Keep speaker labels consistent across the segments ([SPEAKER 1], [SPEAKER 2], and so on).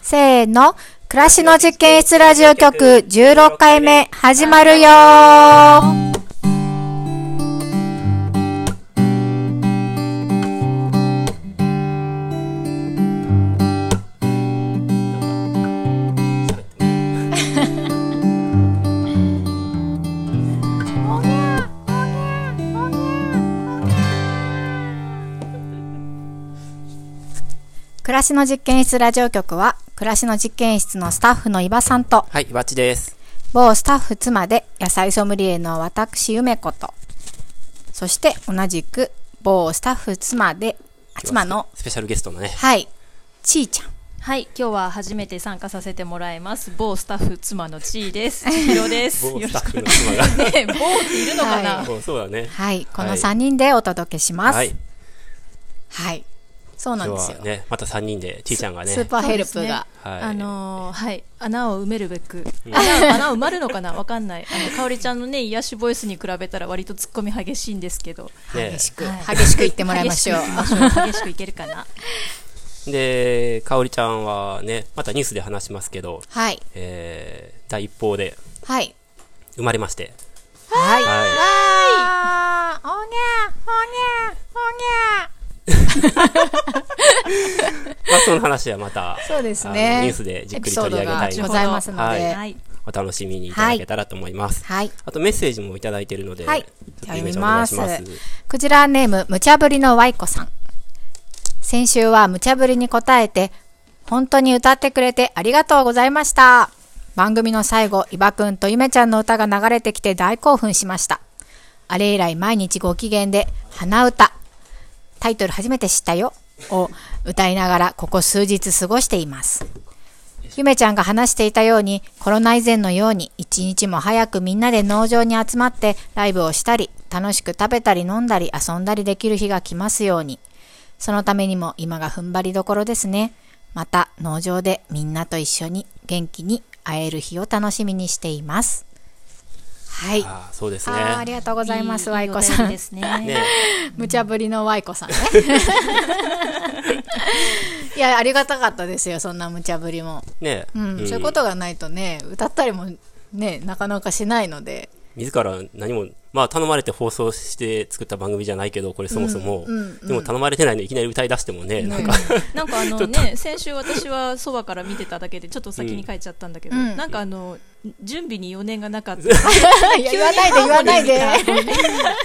[SPEAKER 1] せーの。暮らしの実験室ラジオ局16回目始まるよー暮らしの実験室ラジオ局は、暮らしの実験室のスタッフの伊庭さんと、
[SPEAKER 2] はい、バッチです。
[SPEAKER 1] 某スタッフ妻で野菜ソムリエの私梅子とそして同じく某スタッフ妻であ妻の
[SPEAKER 2] スペシャルゲストのね、
[SPEAKER 1] はいちーちゃん
[SPEAKER 3] はい、今日は初めて参加させてもらいます。某スタッフ妻のちーです。ちひろです。
[SPEAKER 2] 某
[SPEAKER 3] よろ
[SPEAKER 2] ス
[SPEAKER 3] し
[SPEAKER 2] タッ
[SPEAKER 3] く
[SPEAKER 2] フ
[SPEAKER 3] ね。
[SPEAKER 2] の妻が。
[SPEAKER 3] 某っているの かな。
[SPEAKER 2] そうそうだね。
[SPEAKER 1] はいこの
[SPEAKER 2] はい
[SPEAKER 1] 3人でお届けしますは
[SPEAKER 2] はいい、、
[SPEAKER 1] そうなん
[SPEAKER 2] 今
[SPEAKER 1] です
[SPEAKER 2] 日
[SPEAKER 1] よ、
[SPEAKER 2] はね、また3人で、ちいちゃんがね
[SPEAKER 1] スー、パーヘルプ
[SPEAKER 3] そうですね
[SPEAKER 1] が、
[SPEAKER 2] はい
[SPEAKER 3] あのーはい、穴を埋めるべく、穴穴を埋まるのかな、わかんない。あのかおりちゃんのね、癒しボイスに比べたら、割と突っ込み激しいんですけど。
[SPEAKER 2] ね
[SPEAKER 1] 激しく、
[SPEAKER 3] はい
[SPEAKER 1] 激しく言ってもらいましょう
[SPEAKER 3] 激しく行きましょう激しくいけるかな。
[SPEAKER 2] で、かおりちゃんはね、またニュースで話しますけど、
[SPEAKER 1] はい
[SPEAKER 2] えー、第一報で
[SPEAKER 1] はい
[SPEAKER 2] 生まれまして、
[SPEAKER 1] はい
[SPEAKER 2] はい
[SPEAKER 1] あーおにゃおにゃおにゃ
[SPEAKER 2] まあ、その話はまた、
[SPEAKER 1] そうです
[SPEAKER 2] あのニ
[SPEAKER 1] ね
[SPEAKER 2] ュースでじっ
[SPEAKER 1] エ
[SPEAKER 2] く
[SPEAKER 1] ピ
[SPEAKER 2] り
[SPEAKER 1] ソー
[SPEAKER 2] 取り
[SPEAKER 1] ド
[SPEAKER 2] 上げ
[SPEAKER 1] が
[SPEAKER 2] たい
[SPEAKER 1] ご
[SPEAKER 2] ので、
[SPEAKER 1] ざいますので、
[SPEAKER 2] はい
[SPEAKER 3] はい、
[SPEAKER 2] お楽しみにいただけたらと思います。
[SPEAKER 1] はい
[SPEAKER 2] あと、メッセージもいただいているので、
[SPEAKER 1] はい
[SPEAKER 2] ちょっと
[SPEAKER 1] 読
[SPEAKER 2] ゆめ
[SPEAKER 1] み
[SPEAKER 2] ちゃんお願
[SPEAKER 1] ま
[SPEAKER 2] いし
[SPEAKER 1] す
[SPEAKER 2] ます。
[SPEAKER 1] クジラネーム無茶ぶりのワイコさん先週は無茶ぶりに答えて本当に歌ってくれてありがとうございました番組の最後伊庭くんとゆめちゃんの歌が流れてきて大興奮しましたあれ以来毎日ご機嫌で鼻歌タイトル初めて知ったよを歌いながらここ数日過ごしていますゆめちゃんが話していたように、コロナ以前のように、一日も早くみんなで農場に集まって、ライブをしたり、楽しく食べたり飲んだり遊んだりできる日が来ますように。そのためにも今が踏ん張りどころですね。また農場でみんなと一緒に元気に会える日を楽しみにしています。はい。あ
[SPEAKER 2] あーそうですね。
[SPEAKER 1] ーありがとうございます、ワイコ
[SPEAKER 3] いいお
[SPEAKER 1] さ
[SPEAKER 3] 便り
[SPEAKER 1] ん
[SPEAKER 3] で。すね。
[SPEAKER 2] ね、
[SPEAKER 1] 無茶ぶりのワイコさん ね。いや、ありがたかったですよ、そんな無茶ぶりも。
[SPEAKER 2] ね、
[SPEAKER 1] うん、そういうことがないとね歌ったりもねなかなかしないの で
[SPEAKER 2] 自ら何も、まあ頼まれて放送して作った番組じゃないけど、これそもそも、でも頼まれてないのにいきなり歌い出してもね、なんか、
[SPEAKER 3] なんかあのね、先週私はそばから見てただけで、ちょっと先に書いちゃったんだけど、
[SPEAKER 1] うん
[SPEAKER 3] なんかあの、準備に余念がなかった。
[SPEAKER 1] いや言わないで言わないで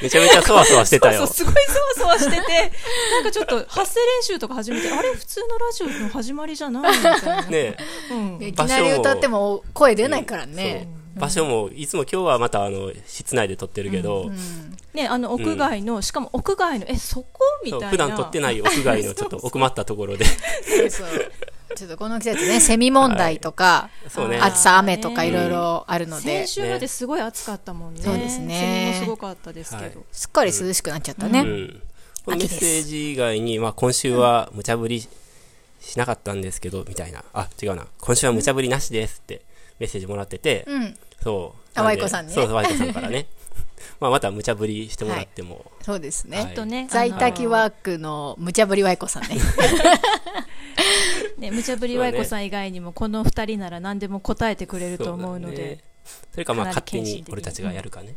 [SPEAKER 2] めちゃめちゃそわそわしてた
[SPEAKER 3] そ
[SPEAKER 2] よ
[SPEAKER 3] う。そうすごいそわそわして て、なんかちょっと発声練習とか始めて、あれ普通のラジオの始まりじゃないみたいな。
[SPEAKER 2] ね
[SPEAKER 3] うん。
[SPEAKER 1] いきなり歌っても声出ないから
[SPEAKER 2] そう
[SPEAKER 1] ね、
[SPEAKER 2] 場所も、いつも今日はまたあの、室内で撮ってるけど、
[SPEAKER 3] ね、あの屋外の、しかも屋外の、え、そこみ
[SPEAKER 2] そ
[SPEAKER 3] たいうな。
[SPEAKER 2] 普段撮ってない屋外のちょっと奥まったところで、
[SPEAKER 1] そうそうちょっとこの季節ねセミ問題とか、
[SPEAKER 2] そうね。
[SPEAKER 1] 暑さ雨とかいろいろあるので、
[SPEAKER 3] 先週まですごい暑かったもんね。
[SPEAKER 1] そうですね
[SPEAKER 3] セミもすごかったですけど。
[SPEAKER 2] は
[SPEAKER 1] すっかり涼しくなっちゃった
[SPEAKER 2] う
[SPEAKER 1] ね、
[SPEAKER 2] ん。このメ
[SPEAKER 1] 秋です
[SPEAKER 2] ッセージ以外に、まあ今週は無茶ぶりしなかったんですけど、みたいな。あ、違うな。今週は無茶ぶりなしですってメッセージもらってて、
[SPEAKER 1] うん
[SPEAKER 2] そう。
[SPEAKER 1] あ
[SPEAKER 2] なん
[SPEAKER 1] ワ
[SPEAKER 2] で
[SPEAKER 1] イコさんね
[SPEAKER 2] そうそう、ワイコさんからね。 まあ、また無茶ぶりしてもらっても。
[SPEAKER 1] そうですね、
[SPEAKER 2] はい
[SPEAKER 3] えっとね、
[SPEAKER 1] 在宅ワ
[SPEAKER 3] あ
[SPEAKER 1] ークの無茶ぶりワイコさんね
[SPEAKER 3] の。ね、無茶ぶりわいこさん以外にも、この二人なら何でも答えてくれると思うの
[SPEAKER 2] そだ
[SPEAKER 3] で
[SPEAKER 2] ね。。それか、まあ、
[SPEAKER 3] かなり
[SPEAKER 2] 勝手
[SPEAKER 3] 献身
[SPEAKER 2] に
[SPEAKER 3] 的に
[SPEAKER 2] 俺たちがやるかね。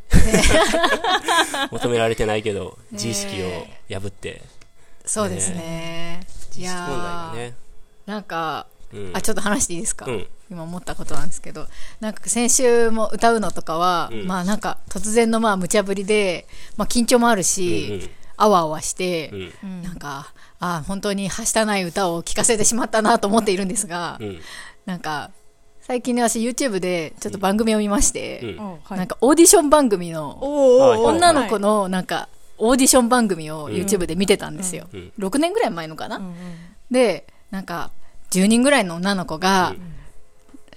[SPEAKER 2] 求められてないけ ど、自意識を破って、
[SPEAKER 1] そうですねい
[SPEAKER 2] 自意識
[SPEAKER 1] や
[SPEAKER 2] 問題が
[SPEAKER 1] ー、
[SPEAKER 2] ね。
[SPEAKER 1] なんか
[SPEAKER 2] うん
[SPEAKER 1] あちょっと話していいですか、
[SPEAKER 2] うん
[SPEAKER 1] 今思ったことなんですけどなんか先週も歌うのとかは、
[SPEAKER 2] うん
[SPEAKER 1] まあなんか突然のまあ無茶ぶりで、まあ、緊張もあるし、
[SPEAKER 2] うんうん
[SPEAKER 1] あわあわして、
[SPEAKER 2] うん。
[SPEAKER 1] なんかあ本当にはしたない歌を聴かせてしまったなと思っているんですが、
[SPEAKER 2] うん。
[SPEAKER 1] なんか最近ね私 YouTube でちょっと番組を見まして、
[SPEAKER 2] うん。
[SPEAKER 3] おうはい
[SPEAKER 1] なんかオーディション番組の
[SPEAKER 3] おー
[SPEAKER 2] はい
[SPEAKER 1] 女の子のなんかオーディション番組を YouTube で見てたんですよ、
[SPEAKER 2] うんうん
[SPEAKER 1] 6年ぐらい前のかな、
[SPEAKER 3] うんうん
[SPEAKER 1] でなんか10人ぐらいの女の子が、
[SPEAKER 2] うん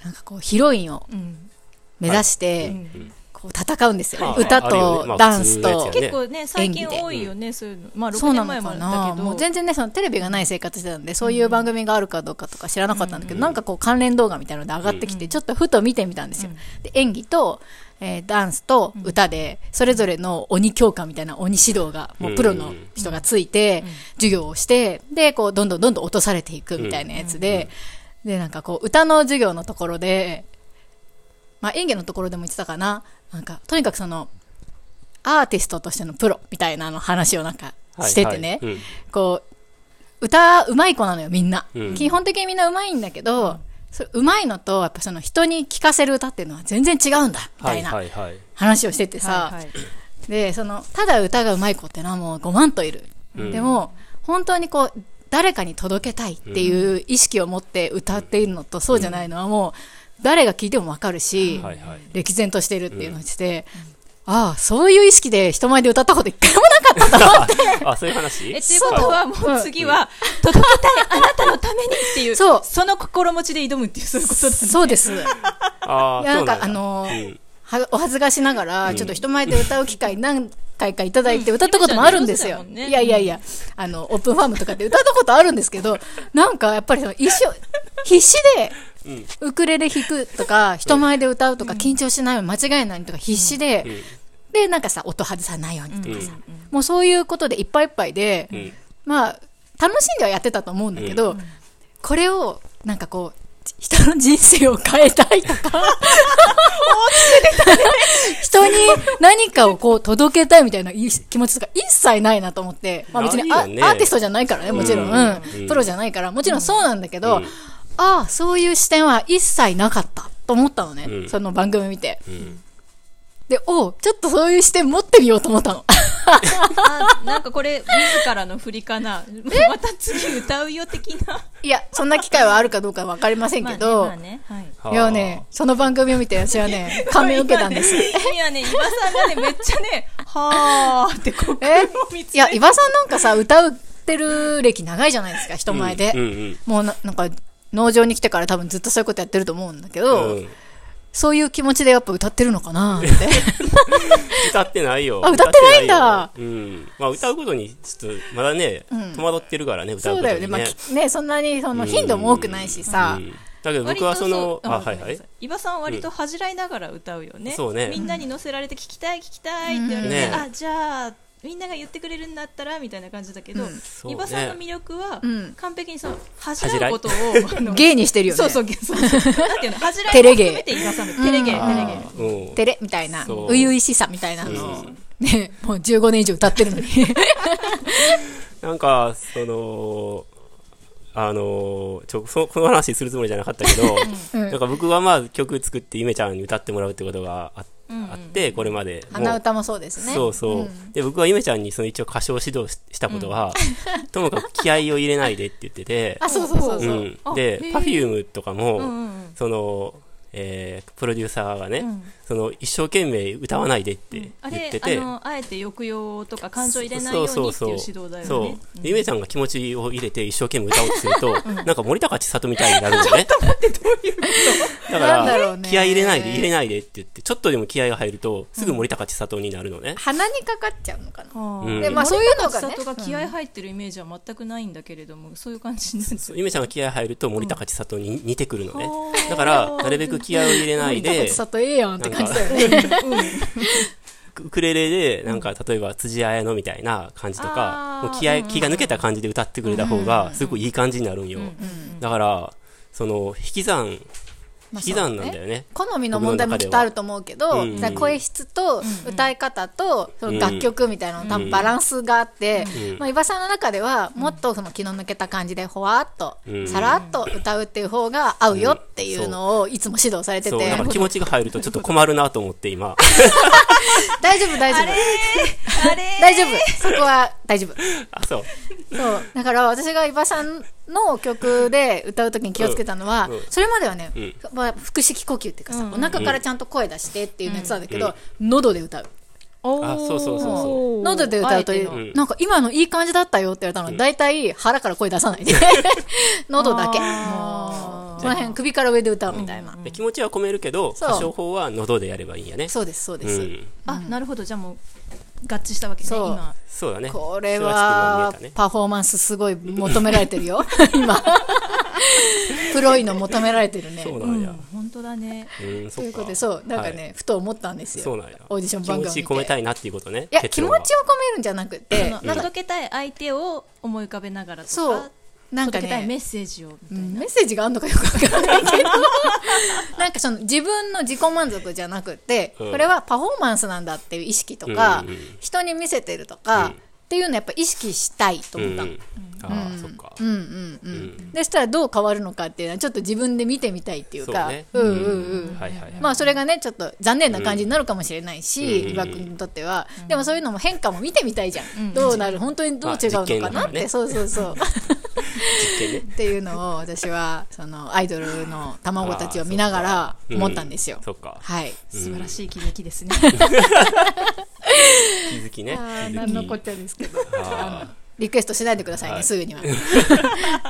[SPEAKER 1] なんかこうヒロインを
[SPEAKER 3] うん
[SPEAKER 1] 目指して、
[SPEAKER 3] うん
[SPEAKER 1] こう戦うんですよ、
[SPEAKER 2] まあ
[SPEAKER 1] 歌
[SPEAKER 2] あるよねま
[SPEAKER 1] と
[SPEAKER 2] あ
[SPEAKER 1] ダンス
[SPEAKER 2] 普通の
[SPEAKER 1] と、
[SPEAKER 2] やつよね
[SPEAKER 3] 結構ね、最近
[SPEAKER 1] 演技で
[SPEAKER 3] 多いよね、そういうの。まあ、
[SPEAKER 1] そ
[SPEAKER 3] 6
[SPEAKER 1] うな
[SPEAKER 3] 年
[SPEAKER 1] の
[SPEAKER 3] 前もあ
[SPEAKER 1] か
[SPEAKER 3] ったけ
[SPEAKER 1] な
[SPEAKER 3] ど。
[SPEAKER 1] もう全然ねそのテレビがない生活してたんでそういう番組があるかどうかとか知らなかったんだけど、なんかこう関連動画みたいなので上がってきて、ちょっとふと見てみたんですよ、で演技と、えーダンスと歌でそれぞれの鬼教官みたいな鬼指導がもうプロの人がついて、授業をしてでこうどんどんどんどん落とされていくみたいなやつで、でなんかこう歌の授業のところで、まあ、演技のところでも言ってたかななんかとにかくそのアーティストとしてのプロみたいなの話をなんか
[SPEAKER 2] はい
[SPEAKER 1] しててね、
[SPEAKER 2] はいうん
[SPEAKER 1] こう歌うまい子なのよみんな、
[SPEAKER 2] うん
[SPEAKER 1] 基本的にみんなうまいんだけど、それうまいのとやっぱその人に聞かせる歌っていうのは全然違うんだみたい
[SPEAKER 2] は
[SPEAKER 1] ない
[SPEAKER 2] はいはい
[SPEAKER 1] 話をしててさ、
[SPEAKER 3] はいはい
[SPEAKER 1] でそのただ歌がうまい子っていうのはもう5万といる、
[SPEAKER 2] うん
[SPEAKER 1] でも本当にこう誰かに届けたいっていう意識を持って歌っているのと、そうじゃないのはもう誰が聴いても分かるし、
[SPEAKER 2] はいはい
[SPEAKER 1] 歴然としてるっていうのをして、ああそういう意識で人前で歌ったこと一回もなかったと思って
[SPEAKER 2] あそういう話
[SPEAKER 3] えっていうこと
[SPEAKER 2] はい
[SPEAKER 3] はもう次は届けたいあなたのためにっていう
[SPEAKER 1] そう
[SPEAKER 3] その心持ちで挑むっていうそういうことだね
[SPEAKER 1] そうです
[SPEAKER 2] あ
[SPEAKER 1] い
[SPEAKER 2] ー
[SPEAKER 1] や
[SPEAKER 2] そ
[SPEAKER 1] な
[SPEAKER 2] うんだ
[SPEAKER 1] かあのー
[SPEAKER 2] うん
[SPEAKER 1] はお恥ずかしながら、ちょっと人前で歌う機会何回かいただいて歌ったこともあるんですよ。
[SPEAKER 3] うんね
[SPEAKER 1] いやいやいや、あの、オープンファームとかで歌ったことあるんですけど、なんかやっぱりその一生、必死で、ウクレレ弾くとか、人前で歌うとか、緊張しないように間違いないようにとか必死で、で、なんかさ、音外さないようにとかさ、もうそういうことでいっぱいいっぱいで、
[SPEAKER 2] ん
[SPEAKER 1] まあ、楽しんではやってたと思うんだけど、これを、なんかこう、人の人生を変えたいとか、人に何かをこう届けたいみたいな気持ちとか一切ないなと思って、まあ別に
[SPEAKER 2] ない
[SPEAKER 1] あ
[SPEAKER 2] よね
[SPEAKER 1] アーティストじゃないからね、もちろん。
[SPEAKER 2] うん
[SPEAKER 1] うん
[SPEAKER 2] うん
[SPEAKER 1] プロじゃないから、もちろんそうなんだけど、
[SPEAKER 2] うん
[SPEAKER 1] ああ、そういう視点は一切なかったと思ったのね、
[SPEAKER 2] うん
[SPEAKER 1] その番組見て。
[SPEAKER 2] うん
[SPEAKER 1] で、おう、ちょっとそういう視点持ってみようと思ったの。
[SPEAKER 3] あなんかこれ自らの振りかなまた次歌うよ的ない
[SPEAKER 1] や、そんな機会はあるかどうかわかりませんけど、
[SPEAKER 3] まあねまあねはい
[SPEAKER 1] いやね、その番組を見て私は ね、感銘を受けたんです。
[SPEAKER 3] いやね、伊庭さんがね、めっちゃね、はーってこう、
[SPEAKER 1] え
[SPEAKER 3] 見つ
[SPEAKER 1] い
[SPEAKER 3] め
[SPEAKER 1] や、
[SPEAKER 3] て
[SPEAKER 1] 伊庭さんなんかさ、歌ってる歴長いじゃないですか、人
[SPEAKER 2] うん
[SPEAKER 1] 前で。
[SPEAKER 2] うんうん
[SPEAKER 1] もうななんか農場に来てから多分ずっとそういうことやってると思うんだけど、
[SPEAKER 2] うん
[SPEAKER 1] そういう気持ちでやっぱ歌ってるのかな って
[SPEAKER 2] 歌ってないよ。
[SPEAKER 1] あ歌ってないんだ
[SPEAKER 2] 歌ってないようん。まあ歌うことに、ちょっと、まだね、戸惑ってるからね、歌う
[SPEAKER 1] そう
[SPEAKER 2] こと
[SPEAKER 1] だ
[SPEAKER 2] に
[SPEAKER 1] よね,、
[SPEAKER 2] ね。
[SPEAKER 1] まあ、きねそんなにその頻度も多くないしさ、
[SPEAKER 2] うんだけど僕はその、あ、はいはい。。
[SPEAKER 3] 伊庭さんは割と恥じらいながら歌うよね。
[SPEAKER 2] そうね
[SPEAKER 3] みんなに乗せられて聞きたい聞きたいって言われて、
[SPEAKER 2] ね
[SPEAKER 3] あ、じゃあ、みんなが言ってくれるんだったらみたいな感じだけど、
[SPEAKER 1] うん
[SPEAKER 2] う
[SPEAKER 3] 伊
[SPEAKER 2] ね
[SPEAKER 3] 庭さんの魅力は
[SPEAKER 1] うん、
[SPEAKER 3] 完璧 にその、
[SPEAKER 2] じ
[SPEAKER 3] 恥
[SPEAKER 2] らい
[SPEAKER 3] じらうことを、あの
[SPEAKER 1] 芸にしてるよね
[SPEAKER 3] そうそう、そ うそう。なんていうの、恥じらい
[SPEAKER 1] テレ
[SPEAKER 3] を
[SPEAKER 1] 芸
[SPEAKER 3] 含めて伊庭さんのテレ芸、テレ芸。
[SPEAKER 2] あーうん
[SPEAKER 1] 照れみたいな初
[SPEAKER 2] そう
[SPEAKER 1] 々しさみたいなのを、
[SPEAKER 2] うん
[SPEAKER 1] ね、もう15年以上歌ってるの に
[SPEAKER 2] なんか、その、あのちょそこの話するつもりじゃなかったけど、
[SPEAKER 1] うん
[SPEAKER 2] なんか僕はまあ曲作ってゆめちゃんに歌ってもらうってことがあ,、あって、これまで。も
[SPEAKER 1] 鼻
[SPEAKER 2] う
[SPEAKER 1] 歌もそうですね
[SPEAKER 2] そうそう、で僕はゆめちゃんにその一応歌唱指導ししたことは、 ともかく気合を入れないでって言ってて
[SPEAKER 1] あそうそうそう
[SPEAKER 2] う
[SPEAKER 1] そう、
[SPEAKER 2] ん
[SPEAKER 3] あ、
[SPEAKER 2] で
[SPEAKER 3] へー
[SPEAKER 2] Perfume とかも、
[SPEAKER 3] うんうんうん
[SPEAKER 2] その、えープロデューサーがね、
[SPEAKER 3] ん
[SPEAKER 2] その一生懸命歌わないでって
[SPEAKER 3] あ
[SPEAKER 2] 言っ
[SPEAKER 3] れ
[SPEAKER 2] てて、
[SPEAKER 3] あのあえて抑揚とか感情入れないようにっていう指導だよね。
[SPEAKER 2] そうでゆめちゃんが気持ちを入れて一生懸命歌おうとすると、なんか森高千里みたいになるんだねだか
[SPEAKER 1] なんだろう
[SPEAKER 2] ら
[SPEAKER 1] ね
[SPEAKER 2] 気合い入れないで入れないでって言ってちょっとでも気合が入るとすぐ森高千里になるのね、
[SPEAKER 1] 鼻にかかっちゃうのかな、
[SPEAKER 2] うん
[SPEAKER 1] でまあそういうのが
[SPEAKER 3] 千
[SPEAKER 1] ね
[SPEAKER 3] 里が気合入ってるイメージは全くないんだけれども、そういう感じなんです
[SPEAKER 2] そう
[SPEAKER 3] よ。
[SPEAKER 2] ゆめちゃんが気合入ると森高千里に似てくるのね
[SPEAKER 3] ほー
[SPEAKER 2] だからなるべく気合を入れない
[SPEAKER 1] 高
[SPEAKER 2] で
[SPEAKER 1] 千里ええやんって感じだよね
[SPEAKER 2] ウクレレでなんか例えば辻彩乃みたいな感じとか
[SPEAKER 3] あー
[SPEAKER 2] もう気合気が抜けた感じで歌ってくれた方がすごくいい感じになるんよだからその引き算
[SPEAKER 1] ま
[SPEAKER 2] 引
[SPEAKER 1] あ
[SPEAKER 2] き算なんだよね
[SPEAKER 1] 好みの問題もきっとあると思うけど、
[SPEAKER 2] 僕の中ではうん
[SPEAKER 1] 声質と歌い方とその楽曲みたいなの多
[SPEAKER 2] う
[SPEAKER 1] 分
[SPEAKER 2] ん
[SPEAKER 1] バランスがあって、
[SPEAKER 2] うん
[SPEAKER 1] まあ、伊庭さんの中ではもっとその気の抜けた感じでほわっと
[SPEAKER 2] うん
[SPEAKER 1] さらっと歌うっていう方が合うよっていうのをいつも指導されてて、
[SPEAKER 2] そうだから気持ちが入るとちょっと困るなと思って 今
[SPEAKER 1] 大丈夫大丈夫
[SPEAKER 3] あれ
[SPEAKER 1] 大丈夫そこは大丈夫
[SPEAKER 2] あそう
[SPEAKER 1] そうだから私が伊庭さんの曲で歌う時に気をつけたのは、
[SPEAKER 2] うんうん
[SPEAKER 1] それまではね、
[SPEAKER 2] ん
[SPEAKER 1] まあ、腹式呼吸っていうかさ、
[SPEAKER 3] うん
[SPEAKER 1] お腹からちゃんと声出してっていうのやつなんだけど、喉で歌う。
[SPEAKER 3] お
[SPEAKER 2] あそうそうそうそ
[SPEAKER 3] ー
[SPEAKER 1] 喉で歌うと
[SPEAKER 3] あえ
[SPEAKER 1] い
[SPEAKER 3] て
[SPEAKER 1] う、
[SPEAKER 3] の
[SPEAKER 2] ん
[SPEAKER 1] なんか今のいい感じだったよって言われたの、大体腹から声出さ ないで。喉だけ。
[SPEAKER 3] あー
[SPEAKER 1] もうこの辺首から上で歌うみたいな。
[SPEAKER 2] で気持ちは込めるけど
[SPEAKER 1] そう
[SPEAKER 2] 歌唱法は喉でやればいいんやね
[SPEAKER 1] そうです、そうで
[SPEAKER 2] う
[SPEAKER 1] す。
[SPEAKER 2] ん
[SPEAKER 3] あ、なるほど。じゃあもう合致したわけね。
[SPEAKER 1] そう
[SPEAKER 3] 今。
[SPEAKER 2] そうだね
[SPEAKER 1] これ
[SPEAKER 2] そ
[SPEAKER 1] は
[SPEAKER 2] れちょっと今見えたね
[SPEAKER 1] パフォーマンスすごい求められてるよ、今。 プロいの求められてるね。
[SPEAKER 2] そう
[SPEAKER 1] と
[SPEAKER 2] なんや
[SPEAKER 3] 本当だね。
[SPEAKER 2] うんそ
[SPEAKER 1] いう
[SPEAKER 2] っ
[SPEAKER 1] こ
[SPEAKER 2] か
[SPEAKER 1] とで、そう、なんか
[SPEAKER 2] は
[SPEAKER 1] ね、ふと思ったんです
[SPEAKER 2] い
[SPEAKER 1] よ。
[SPEAKER 2] そうなんや
[SPEAKER 1] オーディション番組を見て。
[SPEAKER 2] 気持ち込めたいなっていうことね
[SPEAKER 1] いや、気
[SPEAKER 2] 結
[SPEAKER 1] 持ちを
[SPEAKER 2] 論
[SPEAKER 1] 込
[SPEAKER 2] は
[SPEAKER 1] めるんじゃなくて
[SPEAKER 3] あの、届けたい相手を思い浮かべながらとか。
[SPEAKER 1] そうなんか
[SPEAKER 3] 届けたいメ
[SPEAKER 1] ね、
[SPEAKER 3] ッセージをみ
[SPEAKER 1] う
[SPEAKER 3] たい
[SPEAKER 1] ん
[SPEAKER 3] な、
[SPEAKER 1] メッセージがあるのかよくわからない けどなんかその自分の自己満足じゃなくて、
[SPEAKER 2] うん
[SPEAKER 1] これはパフォーマンスなんだっていう意識とか、
[SPEAKER 2] うんうんうん
[SPEAKER 1] 人に見せてるとか、
[SPEAKER 2] うん
[SPEAKER 1] っていうのやっぱ意識したいと
[SPEAKER 2] うん
[SPEAKER 1] 思っ
[SPEAKER 2] うん
[SPEAKER 1] た、
[SPEAKER 2] ああ、そっか
[SPEAKER 1] う。んうんうん、
[SPEAKER 2] うん
[SPEAKER 1] でしたらどう変わるのかっていうのはちょっと自分で見てみたいっていうか
[SPEAKER 2] そうね
[SPEAKER 1] うんうんうん、
[SPEAKER 2] はいはいはい。
[SPEAKER 1] まあそれがねちょっと残念な感じになるかもしれないし、
[SPEAKER 2] うん
[SPEAKER 1] 伊庭君にとっては、でもそういうのも変化も見てみたいじゃん、どうなる本当にどう違うのか
[SPEAKER 2] まあ実験だ
[SPEAKER 1] な
[SPEAKER 2] か
[SPEAKER 1] っ
[SPEAKER 2] ら
[SPEAKER 1] て、
[SPEAKER 2] ね
[SPEAKER 1] そうそうそう
[SPEAKER 2] 実験ね。
[SPEAKER 1] っていうのを私はそのアイドルの卵たちを見ながら思ったんですよ、
[SPEAKER 2] そっか。
[SPEAKER 1] はい
[SPEAKER 3] 素晴らしい気づきですね、
[SPEAKER 2] 気づきね。気づき
[SPEAKER 1] 何のこっちゃですけど
[SPEAKER 2] あ
[SPEAKER 1] リクエストしないでくださいね、
[SPEAKER 2] はい
[SPEAKER 1] すぐ には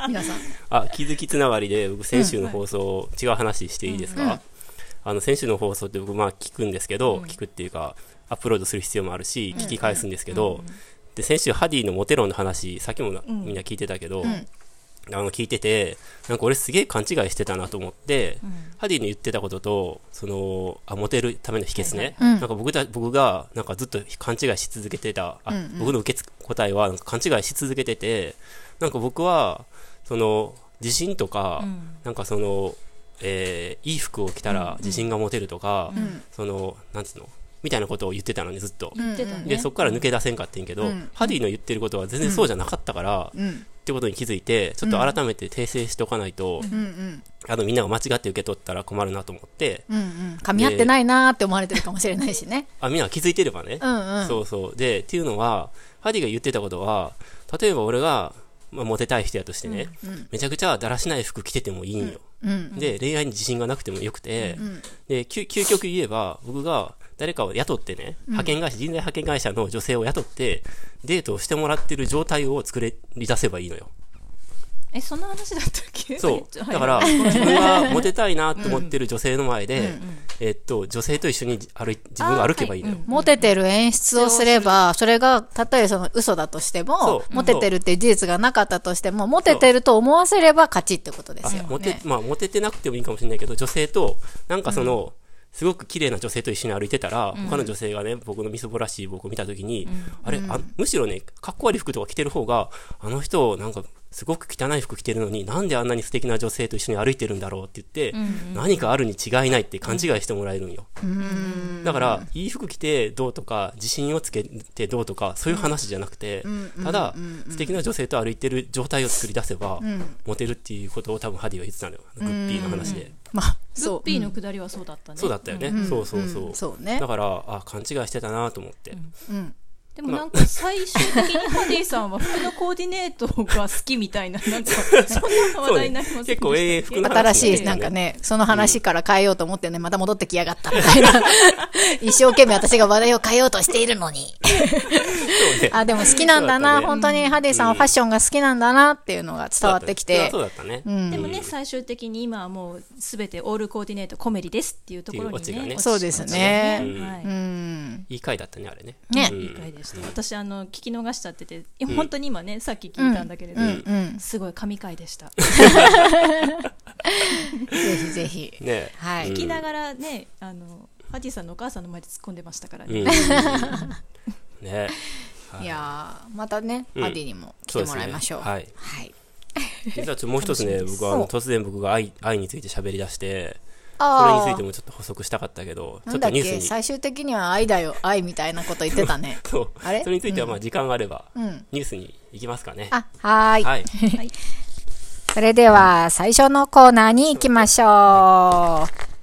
[SPEAKER 1] 皆さん
[SPEAKER 2] ーあ、気づきつながりで、僕、先週の放送、違う話していいです
[SPEAKER 1] うん
[SPEAKER 2] かあの、先週の放送って僕、まあ、聞くんですけど、聞くっていうか、アップロードする必要もあるし、聞き返すんですけど、で、先週、ハディのモテ論の話、さっきもなみんな聞いてたけど、あの、聞いてて、なんか俺すげえ勘違いしてたなと思って、ハディの言ってたことと、その、あ、モテるための秘訣ね。
[SPEAKER 1] はいはいうん
[SPEAKER 2] なんか僕た、僕が、なんかずっと勘違いし続けてた、あ、
[SPEAKER 1] うんうん
[SPEAKER 2] 僕の受け答えは、なんか勘違いし続けてて、なんか僕は、その、自信とか、
[SPEAKER 3] うん
[SPEAKER 2] なんかその、えーいい服を着たら自信が持てるとか、
[SPEAKER 1] ん
[SPEAKER 2] その、なんつうのみたいなことを言ってたのね、ずっと。
[SPEAKER 3] 言ってたね
[SPEAKER 2] で、そこから抜け出せんかってんけど、
[SPEAKER 1] うん
[SPEAKER 2] ハディの言ってることは全然そうじゃなかったから、
[SPEAKER 1] うんうん
[SPEAKER 2] ってことに気づいて、ちょっと改めて訂正しておかないと、
[SPEAKER 1] うんうん
[SPEAKER 2] あのみんなが間違って受け取ったら困るなと思って、
[SPEAKER 1] うんうん噛み合ってないなーって思われてるかもしれないしね
[SPEAKER 2] あみんなが気づいてればね、
[SPEAKER 1] うんうん
[SPEAKER 2] そうそう。で、っていうのは、ハディが言ってたことは、例えば俺が、まあ、モテたい人やとしてね、めちゃくちゃだらしない服着ててもいいんよ。
[SPEAKER 1] うん
[SPEAKER 2] で、恋愛に自信がなくてもよくて、
[SPEAKER 1] ん
[SPEAKER 2] で究、究極言えば、僕が誰かを雇ってね、派遣会社、人材派遣会社の女性を雇って、デートをしてもらってる状態を作り出せばいいのよ。
[SPEAKER 3] えそんな話だったっ け
[SPEAKER 2] そう。
[SPEAKER 3] はい
[SPEAKER 2] だから、自分がモテたいなと思ってる女性の前で、えっと、女性と一緒に歩い、自分が歩けばいいのよ。
[SPEAKER 1] モテてる演出をすれば、それが、たとえその嘘だとしても
[SPEAKER 2] そ、う
[SPEAKER 1] モテてるっていう事実がなかったとしても、モテてると思わせれば勝ちってことですよ
[SPEAKER 2] あ。モテ
[SPEAKER 3] ね、
[SPEAKER 2] まあ、モテてなくてもいいかもしれないけど、女性と、なんかその、すごく綺麗な女性と一緒に歩いてたら、他の女性がね、僕のみそぼらしい僕を見たときに、あれあ、むしろね、かっこ悪い服とか着てる方が、あの人、なんか、すごく汚い服着てるのに、なんであんなに素敵な女性と一緒に歩いてるんだろうって言って、何かあるに違いないって勘違いしてもらえるんよ。だから、いい服着てどうとか、自信をつけてどうとか、そういう話じゃなくて、ただ、素敵な女性と歩いてる状態を作り出せば、モテるっていうことを多分ハディは言ってたのよ。グッピーの話で。
[SPEAKER 1] まあ、
[SPEAKER 3] グッ
[SPEAKER 1] そう。
[SPEAKER 3] ピーの下りはそうだったね、
[SPEAKER 2] そうだったよね。そうそうそう。
[SPEAKER 1] うんそうね
[SPEAKER 2] だから、あ、勘違いしてたなと思って。
[SPEAKER 1] うん
[SPEAKER 3] でもなんか最終的にハディさんは服のコーディネートが好きみたいな、なんか、そんな話
[SPEAKER 2] そう
[SPEAKER 3] 題
[SPEAKER 2] ね
[SPEAKER 3] になります
[SPEAKER 2] 結構永遠服の話
[SPEAKER 1] 新し
[SPEAKER 2] に
[SPEAKER 1] い、
[SPEAKER 2] な
[SPEAKER 1] な
[SPEAKER 2] っ
[SPEAKER 1] ん
[SPEAKER 2] てた
[SPEAKER 1] か
[SPEAKER 2] よね。
[SPEAKER 1] ね、その話から変えようと思ってね、また戻ってきやがったみたい な。一生懸命私が話題を変えようとしているの に。
[SPEAKER 2] そうね
[SPEAKER 1] あ、でも好きなんだ
[SPEAKER 2] そうだ
[SPEAKER 1] な、
[SPEAKER 2] ったね
[SPEAKER 1] 本当にハディさんはファッションが好きなんだなっていうのが伝わってきて
[SPEAKER 2] そ。うだったね。
[SPEAKER 3] でもね、最終的に今はもうすべてオールコーディネートコメディですっていうところに
[SPEAKER 2] っていうオチが
[SPEAKER 3] ね。
[SPEAKER 2] ね
[SPEAKER 1] そうですね
[SPEAKER 3] オチがね
[SPEAKER 1] う
[SPEAKER 3] はい。
[SPEAKER 1] ん。
[SPEAKER 2] いい回だったね、あれね。
[SPEAKER 1] ね
[SPEAKER 2] う
[SPEAKER 3] い
[SPEAKER 2] ん
[SPEAKER 3] い回でした。私、あの、聞き逃しちゃってて、本当に今ね、さっき聞いたんだけれど、
[SPEAKER 1] うん。
[SPEAKER 3] すごい神回でした。
[SPEAKER 1] ぜひぜひ。
[SPEAKER 2] ね
[SPEAKER 1] はい
[SPEAKER 2] うん
[SPEAKER 3] 聞きながらね、あの、ハディさんのお母さんの前で突っ込んでましたから
[SPEAKER 2] う
[SPEAKER 3] ね。
[SPEAKER 2] ん。ねはい
[SPEAKER 1] やーまたね、
[SPEAKER 2] うん
[SPEAKER 1] アディにも 来てもらいましょう。
[SPEAKER 2] そうですね
[SPEAKER 1] はい。
[SPEAKER 2] 実はちょっともう一つね、僕はあの突然僕が愛愛について喋り出して、それに
[SPEAKER 1] あ
[SPEAKER 2] つ
[SPEAKER 1] あ
[SPEAKER 2] いてもちょっと補足したかったけど、ち
[SPEAKER 1] な
[SPEAKER 2] ょっ
[SPEAKER 1] んだっ
[SPEAKER 2] とニュー
[SPEAKER 1] け、
[SPEAKER 2] スに、
[SPEAKER 1] 最終的には愛だよ、愛みたいなこと言ってた ね。
[SPEAKER 2] そう
[SPEAKER 1] あれ
[SPEAKER 2] それについてはまあ時間があれば、
[SPEAKER 1] ん
[SPEAKER 2] ニュースに行きますかね。
[SPEAKER 1] あ、はーい。
[SPEAKER 2] はい。
[SPEAKER 3] はい。
[SPEAKER 1] それでは、最初のコーナーに行きましょう。